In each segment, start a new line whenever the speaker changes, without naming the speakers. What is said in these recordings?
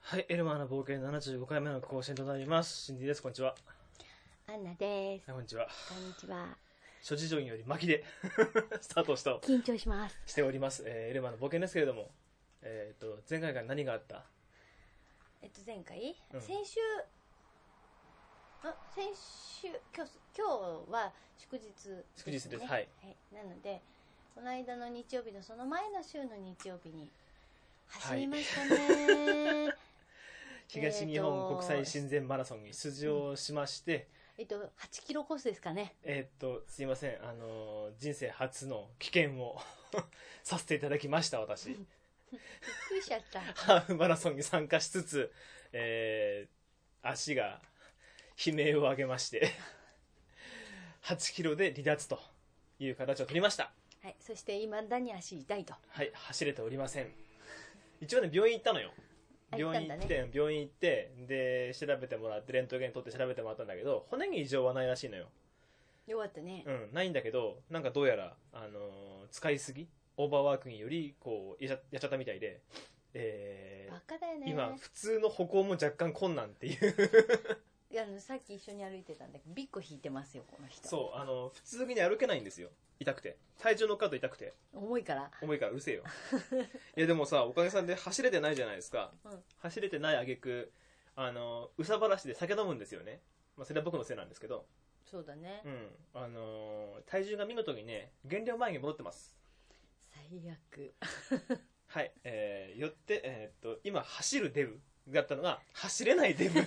はい、エルマーの冒険75回目の更新となります。シンディです、こんにちは。は
アンナです
い、。こんにちは。
こんにちは。
諸事情により巻きで スタートした
緊張します。
しております、えーエルマーの冒険ですけれども、えっ、と、前回から何があった
えっと前回、
うん
先週あ先週今日す今日は祝日です、ね、
祝日ですはい、
なのでこの間の日曜日のその前の週の日曜日に走りましたね。
東日本国際親善マラソンに出場しまして、
えっと8キロコースですかね。
えっ、と、すいません、あのー人生初の 危険をさせていただきました、私。
びっくりしちゃった。
ハーフマラソンに参加しつつ、えー足が悲鳴を上げまして、8キロで離脱という形を取りました。
はい。そして未だに足痛いと。
はい、走れておりません。一応ね、病院行ったのよ。
あ
病院行
行っ
った
ん
て、
だ
病院行って、で、調べてもらって、レントゲン取って調べてもらったんだけど、骨に異常はないらしいのよ。
よかったね。
うん、ないんだけど、なんかどうやら、あのー使いすぎオーバーワークにより、こう、やっちゃやっちゃったみたいで、えー
バカだよね。
今普通の歩行も若干困難っていう
いやあのさっき一緒に歩いてたんだけどビッコ引いてますよこの人。
そうあの普通にね歩けないんですよ痛くて体重乗っかると痛くて
重いから。
重いからうるせえよいやでもさおかげさんで走れてないじゃないですか、
うん
走れてない挙句あのうさばらしで酒飲むんですよね、まあ、それは僕のせいなんですけど、
そうだね
う。んあのー体重が見事にね減量前に戻ってます
最悪。
はいえー、よって、えーっと今走るデブだったのが走れないデブ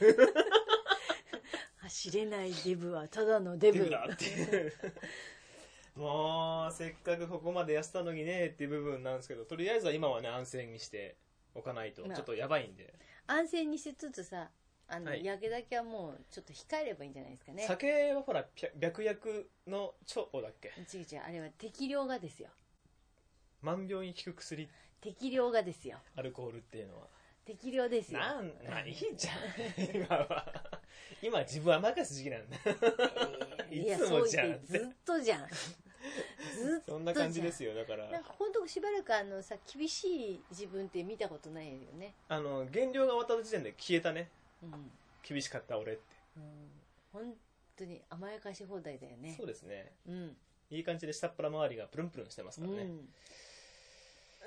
走れないデブはただのデブ。
デブだっていう もうせっかくここまで痩せたのにねっていう部分なんですけどとりあえずは今はね安静にしておかないとちょ
まあ
っとやばいんで、
安静にしつつさ、あの、
はい
やけだけはもうちょっと控えればいいんじゃないですかね。
酒はほらぴゃ白薬の腸だっけ
ちぐちあれは適量がですよ。
万病に効く薬
適量がですよ。
アルコールっていうのは
適量ですよ。
なんまあいいじゃん 今は今自分は任す時期なん だ
えーいや、
いつ
そ
も
う
じゃん
言ってずっとじゃん。ずっ
そんな感じですよだから
と。なんか本当しばらくあのさ、厳しい自分って見たことないよね。
あの減量が終わった時点で消えたね
うん。
厳しかった俺って、
うん、本当に甘やかし放題だよね
そう。ですね
うん。
いい感じで下っ腹周りがプルンプルンしてます
う
からね、
ん。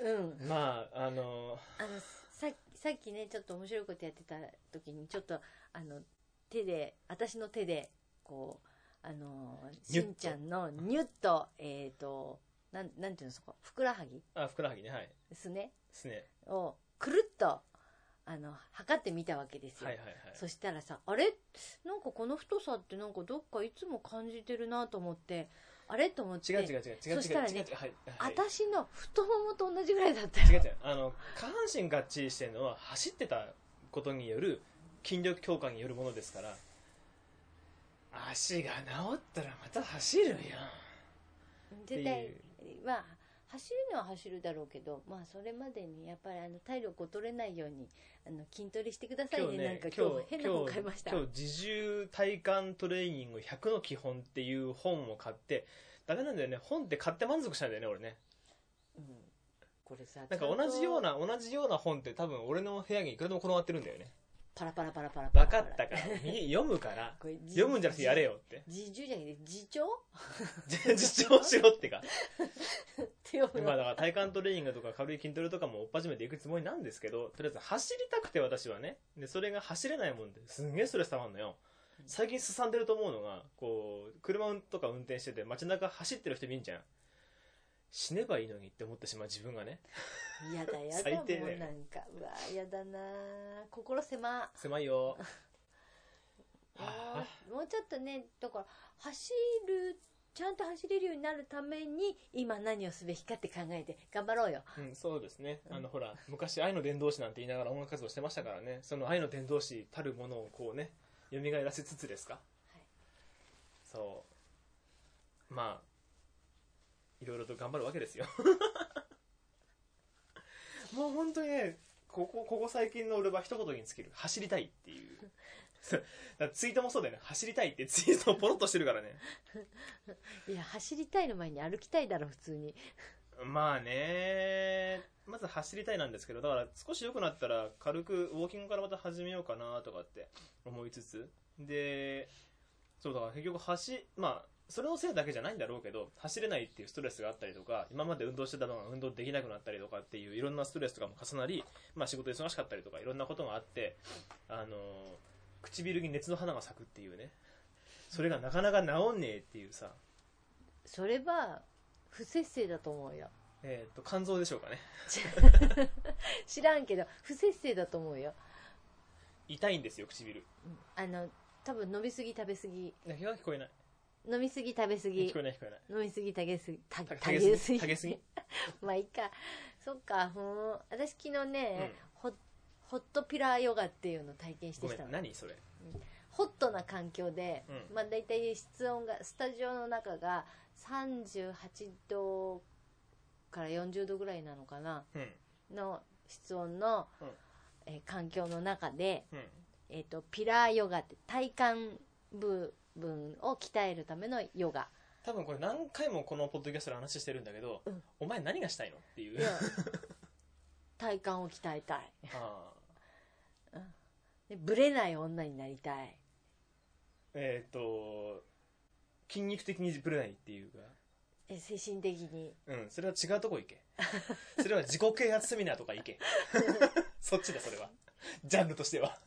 うん。
まああの
あのささっきねちょっと面白いことやってた時にちょっとあの手で私の手でこうあの
ニュ
し
ッと
んちゃんのニュッとえっ、となんなんていうのそこふくらはぎ
あふくらはぎねはい
ですね
すね
をくるっとあの測ってみたわけですよ、
はいはいはい
そしたらさあれなんかこの太さってなんかどっかいつも感じてるなと思ってあれと思って
違う違う違う違う違う違う違う
そしたらね
はいはい
私の太ももと同じぐらいだったよ
違う違うあの下半身がっちりしてるのは走ってたことによる筋力強化によるものですから足が治ったらまた走るよ
絶
っ
対
て
まあ走るのは走るだろうけど、まあ、それまでにやっぱりあの体力を取れないようにあの筋トレしてくださいねなんか今日変な本買いました
今日自重体幹トレーニング100の基本っていう本を買ってダメなんだよね本って買って満足したんだよね俺ね
うん、これさ
なんか同じような同じような本って多分俺の部屋にいくらでも転がってるんだよね
パラパラパラパラパラ
分かったからみ読むから
これ自
読むんじゃなくてやれよって
自重じゃなくて自重っ
自重しろってか
て読む
まあ
の
だから体幹トレーニングとか軽い筋トレとかも追っ始めていくつもりなんですけどとりあえず走りたくて私はねでそれが走れないもんですんげえストレスたまんのよ最近すさんでると思うのがこう車とか運転してて街中走ってる人見んじゃん死ねばいいのにって思ってしまう自分がね
やだやだ
最
も
低だよ
うなんかうわやだなあ心狭
狭いよ
も
は
うもうちょっとねだから走るちゃんと走れるようになるために今何をすべきかって考えて頑張ろうよ
うん、そうですね。
うん
あの、ほら、昔愛の伝道師なんて言いながら音楽活動してましたからね、その愛の伝道師たるものをこうね、蘇らせつつですか。
い
そう。まあ、いろいろと頑張るわけ ですよ。もう本当にね、ここ、ここ最近の俺は一言に尽きる。走りたいっていう。 そうだからツイートもそうだよね。走りたいってツイートをポロッとしてるからね。
いや走りたいの前に歩きたいだろ普通に
うまあね、まず走りたいなんですけど、だから少し良くなったら軽くウォーキングからまた始めようかなとかって思いつつ、で、そうだから結局走、まあ、それのせいだけじゃないんだろうけど、走れないっていうストレスがあったりとか、今まで運動してたのが運動できなくなったりとかっていういろんなストレスとかも重なり、まあ仕事忙しかったりとかいろんなことがあって、あの唇に熱の花が咲くっていうね。それがなかなか治んねえっていうさ、
それは不摂生だと思うよ
えっ、と、肝臓でしょうかね。
知らんけど不摂生だと思うよ、
痛いんですよ、唇。
うんあの多分飲みすぎ食べすぎ
ね聞こえない。
飲みすぎ食べすぎ
聞こえない、聞こえない。
飲みすぎ食べすぎた
た
食べ
たげすぎ
まあいいかそっかふーん私昨日ね、ホホットピラーヨガっていうのを体験して
ご
き
め
た
ん、
の
何それ。
ホットな環境で、
うん
まあ大体室温がスタジオの中が38度から40度ぐらいなのかな
うん。
の室温の、
うん
えー環境の中で、
うん。
えー、とピラーヨガって体幹部分を鍛えるためのヨガ
多分これ何回もこのポッドキャストで話してるんだけど、
うん
お前何がしたいのっていう
い。や体幹を鍛えたい
あー
でブレない女になりたい
えっ、と、筋肉的にぶれないっていうか、
え精神的 に
うん、それは違うとこ行け。それは自己啓発セミナーとか行け。 そっちだ、それは。ジャンルとしては。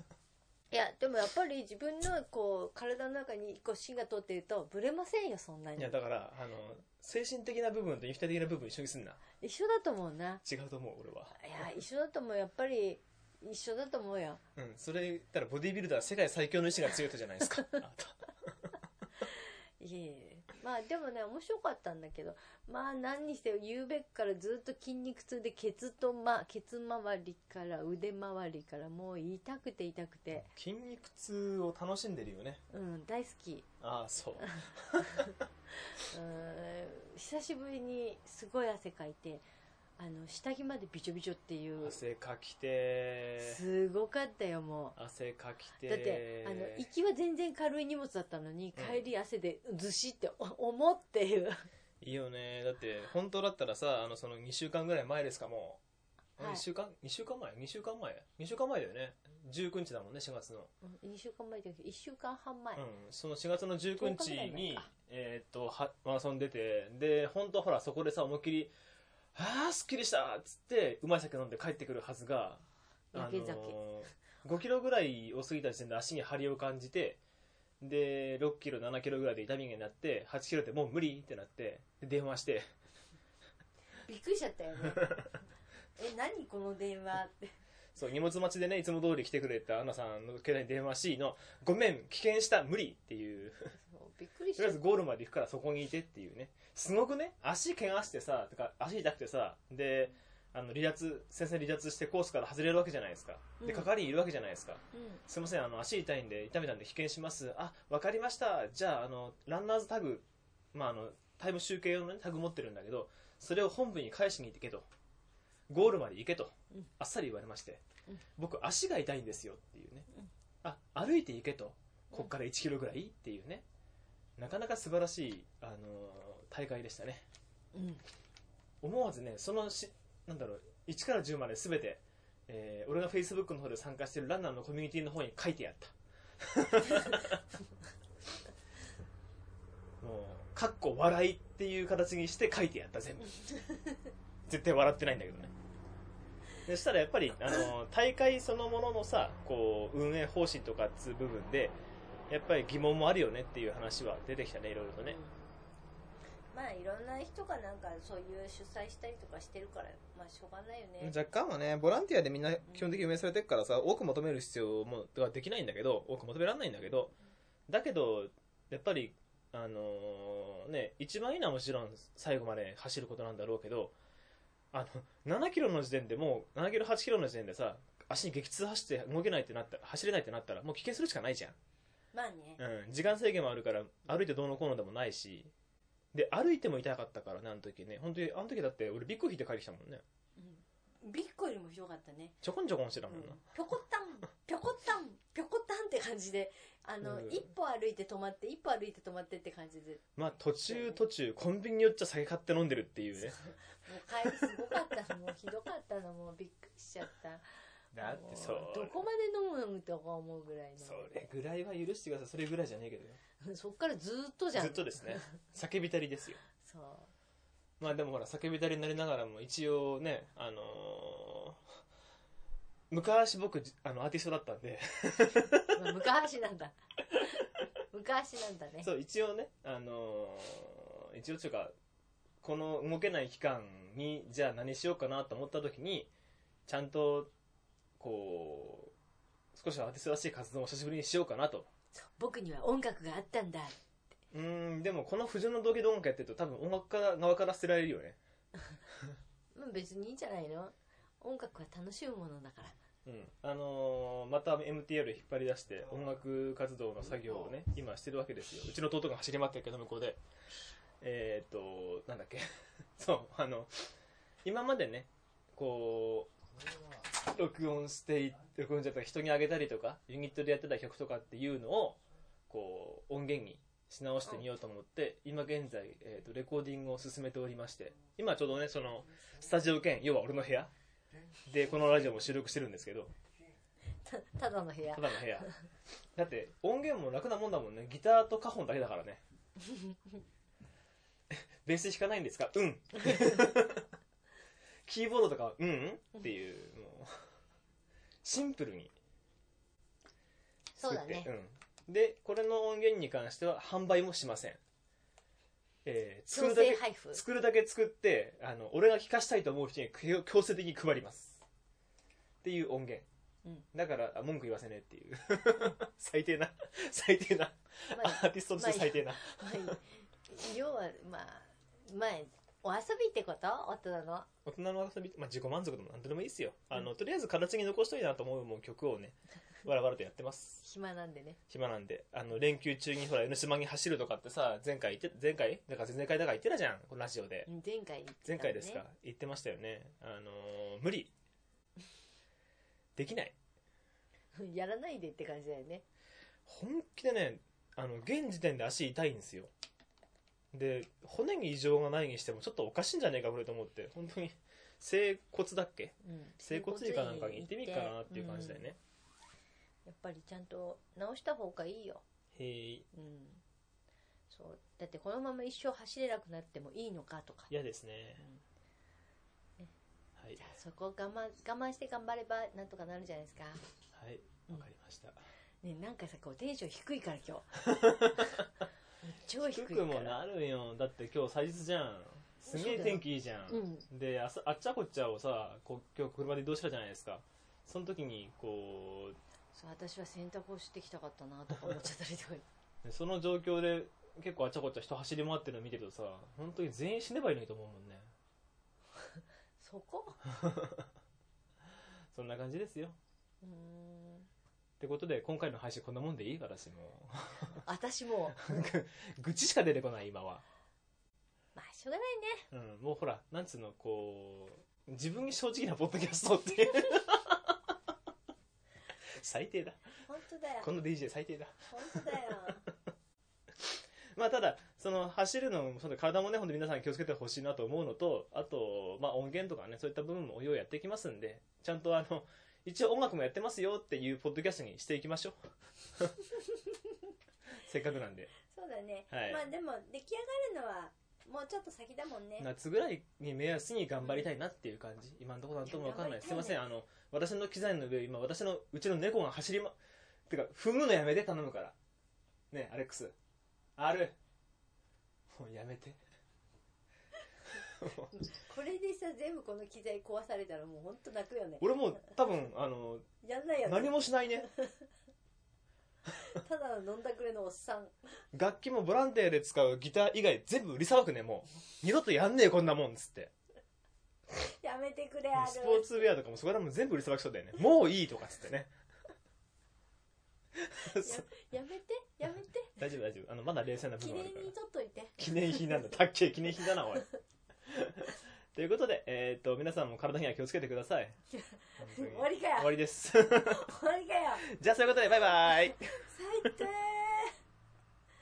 いやでもやっぱり自分のこう体の中に一個芯が通っているとブレませんよそんなに
いや、だから、あの、精神的な部分と肉体的な部分一緒にすんな。
一緒だと思うな
違うと思う、俺は。
いや一緒だと思うやっぱり一緒だと思うよ
うん、それ言ったらボディビルダー世界最強の意志が強い人じゃないです か。あなた
いえいえまあでもね面白かったんだけどまあ何にしてもゆうべからずっと筋肉痛でケツと、ま、ケツ周りから腕周りからもう痛くて痛くて
筋肉痛を楽しんでるよね。
うん大好き
ああ、そう。
うん久しぶりにすごい汗かいてあの下着までびちょびちょっていう
汗かきて
すごかったよも
汗かき
う
て
だってあの行きは全然軽い荷物だったのに
うん
帰り汗でずしってお思っていう
いいよねだって本当だったらさあのその2週間ぐらい前ですかもう、
はい
2週間2週間前2週間前2週間前だよね19日だもんね4月の、
2週間前だけど1週間半前、
うん、その4月の19日
10日ぐらい前
に
か
えーっとはマラソン出てで本当ほらそこでさ思いっきり「ああすっきりした!」っつってうまい酒飲んで帰ってくるはずが
やけ酒
5キロぐらいを過ぎた時点で足に張りを感じてで6キロ7キロぐらいで痛みがになって8キロでもう無理ってなってで電話して
びっくりしちゃったよね え何この電話って
そう、荷物待ちでね、いつも通り来てくれたアンナさんの携帯に電話しの、ごめん、危険した、無理っていう。
そうびっくりし
と
ち
りあ
ゃ
え
っ
ずゴールまで行くからそこにいてっていうね。すごくね、足怪我してさ、とか足痛くてさ、で、あの、離脱、先生離脱してコースから外れるわけじゃないですか。で、
うん
係員いるわけじゃないですか。
た、うん
すいません、あの、足痛いんで、痛めたんで危険します。あ、わかりました。じゃあ、あの、ランナーズタグ、まあ、あの、タイム集計用のね、タグ持ってるんだけど、それを本部に返しに行ってけと。ゴールまで行けと
うん。
あっさり言われまして
うん。
僕、足が痛いんですよっていうね
うん。
あ、歩いて行けと。
うん
こっから1キロぐらいっていうね。なかなか素晴らしい、あのー大会でしたね。
うん
思わずね、そのし、なんだろう、1から10まで全て、えー俺が Facebook の方で参加してるランナーのコミュニティの方に書いてやった。 もう、かっこ笑いっていう形にして書いてやった、全部。絶対笑ってないんだけどね。でしたらやっぱり、あの、大会そのもののさ、こう、運営方針とかっつう部分で、やっぱり疑問もあるよねっていう話は出てきたね、いろいろとね。
まあいろんな人がなんかそういう主催したりとかしてるからまあしょうがないよね
若干はね、ボランティアでみんな基本的に運営されてるからさ、多く求める必要もはできないんだけど、多く求められないんだけど、だけど、やっぱり、あのーね、一番いいのはもちろん最後まで走ることなんだろうけど、あの、7キロの時点でもう、7キロ、8キロの時点でさ、足に激痛走って動けないってなったら、走れないってなったら、もう危険するしかないじゃん。
まあね
うん、時間制限もあるから、歩いてどうのこうのでもないし、で、歩いても痛かったからね、あの時ね。本当に、あの時だって俺ビッグ引いて帰ってきたもんね。
うんビッコよりもひどかったね。
ちょこんちょこんしてたもんな。
ぴょこったん、ぴょこったん、ぴょこったんって感じで、あの、
うん
一歩歩いて止まって、一歩歩いて止まってって感じで、
まあ途中途中、コンビニ寄っちゃ酒買って飲んでるっていうね。
もう帰りすごかったの、もうひどかったの、もうびっくりしちゃった。
だってそ
もうど
う。
こまで飲むのとか思うぐらいの。
それぐらいは許してください。それぐらいじゃねえけどよ。
そっからずっとじゃん。
ずっとですね。叫びたりですよ。
そう。
まあでもほら、叫びたりになりながらも一応ね、あのー昔僕、あの、アーティストだったんで、
まあ昔なんだ。 昔なんだね。
そう、一応ね、あのー一応というか、この動けない期間に、じゃあ何しようかなと思った時に、ちゃんと、こう、少しアーティストらしい活動を久しぶりにしようかなと。
僕には音楽があったんだ。
うーん、でもこの不純の動機で音楽やってると多分音楽家側から捨てられるよね。
まあ別にいいんじゃないの音楽は楽しむものだから。
うん。あのーまた MTR 引っ張り出して音楽活動の作業をね、今してるわけですよ。うちの弟が走り回ってるけど、向こうで。えーっと、なんだっけ。 そう、あの、今までね、こう、録音してい、録音じゃなくて人にあげたりとか、ユニットでやってた曲とかっていうのを、こう、音源にし直してみようと思って、今現在、えーっと、レコーディングを進めておりまして、今ちょうどね、その、スタジオ兼、要は俺の部屋で、このラジオも収録してるんですけど、
たただの部屋
た。だの部屋。だって、音源も楽なもんだもんね。ギターとカホンだけだからね。 ベース弾かないんですかうん。 キーボードとかはうんうんっていう、もう、シンプルに
そうだ
作って
ね。
うん。で、これの音源に関しては販売もしません。えー作る
強
だ
制
け、
配布。
作るだけ作って、あの、俺が聞かしたいと思う人に強強制的に配ります。っていう音源。
うん
だから、あ文句言わせねえっていう。 最低な、最低な、
ま
ア
あ
ーティストとして最低な。
まあいい要は、まあ、まあ、お遊びってこと大人の。
大人の遊び、まあ、自己満足でもなんとでもいいですよ。あの、とりあえず形に残しといたなと思うもう曲を ね、わらわらとやってます。
暇なんでね。
暇なんで。あの、連休中にほら、江ノ島に走るとかってさ、前回言って、前回だから前々回だから言ってたじゃん、このラジオで。
前回言ってたね、
前回ですか言ってましたよね。あのー無理。できない。
やらないでって感じだよね。
本気でねあの現時点で足痛いんですよで骨に異常がないにしてもちょっとおかしいんじゃねえかこれと思って本当に整骨だっけ
うん
整骨院かなんかに行ってみっかなっていう感じだよ。
うん
ね、
やっぱりちゃんと直した方がいいよ。
へい
うん。そう。だってこのまま一生走れなくなってもいいのかとか。
嫌ですね
うん、
はい
じゃあそこを我慢、我慢して頑張ればなんとかなるじゃないですか。
はいわかりました
ね、なんかさ、こうテンション低いから今日。 超低い
低
から。
くもなるよだって今日祭日じゃんすげえ天気いいじゃん、
うん。
であさあっちゃこっちゃをさこう今日車で移動したじゃないですかその時にこう
そう、私は洗濯をしてきたかったなとか思っちゃったりとか。
でその状況で結構あちゃこちゃ人走り回ってるの見てるとさ本当に全員死ねばいいのにと思うもんね
そこ
そんな感じですよ
うーん。
ってことで今回の配信こんなもんでいい私も
私も、
愚痴しか出てこない今は、
まあしょうがないね。
うん、もうほらなんつうのこう自分に正直なポッドキャストっていう 最低だ
本当だよ。
この DJ 最低だ
本当だよ。
まあただその走るのもその体もね本当に皆さん気をつけてほしいなと思うのとあと、まあ、音源とかねそういった部分もお用意やっていきますんでちゃんとあの一応音楽もやってますよっていうポッドキャストにしていきましょう せっかくなんで
そうだね。
はい
まあでも、出来上がるのは、もうちょっと先だもんね。
夏ぐらいに目安に頑張りたいなっていう感じ今のところなんともわかんないすいませんあの私の機材の上今私のうちの猫が走りまてか踏むのやめて頼むからねえアレックスあるもうやめて
これでさ、全部この機材壊されたらもう本当泣くよね。
俺もう多分あの
やんないよ
何
ね。
もしないね
ただの飲んだくれのおっさん。
楽器もボランティアで使うギター以外全部売りさばくねもう二度とやんねえこんなもんっつって
やめてくれ、ある。
スポーツウェアとかもそこらも全部売りさばきそうだよねもういいとかっつ ってねそう
やめて、やめて。
大丈夫大丈夫あのまだ冷静な部
記
分ある
念
から
に取っといて。
記念品なんだ。たっけえ記念品だな、おい。っていう ことで、えっと、皆さんも体には気をつけてください。本当に
終わりかよ
終わりです。
終わりかよ
じゃあ、そういうことで、バイバイ。
最低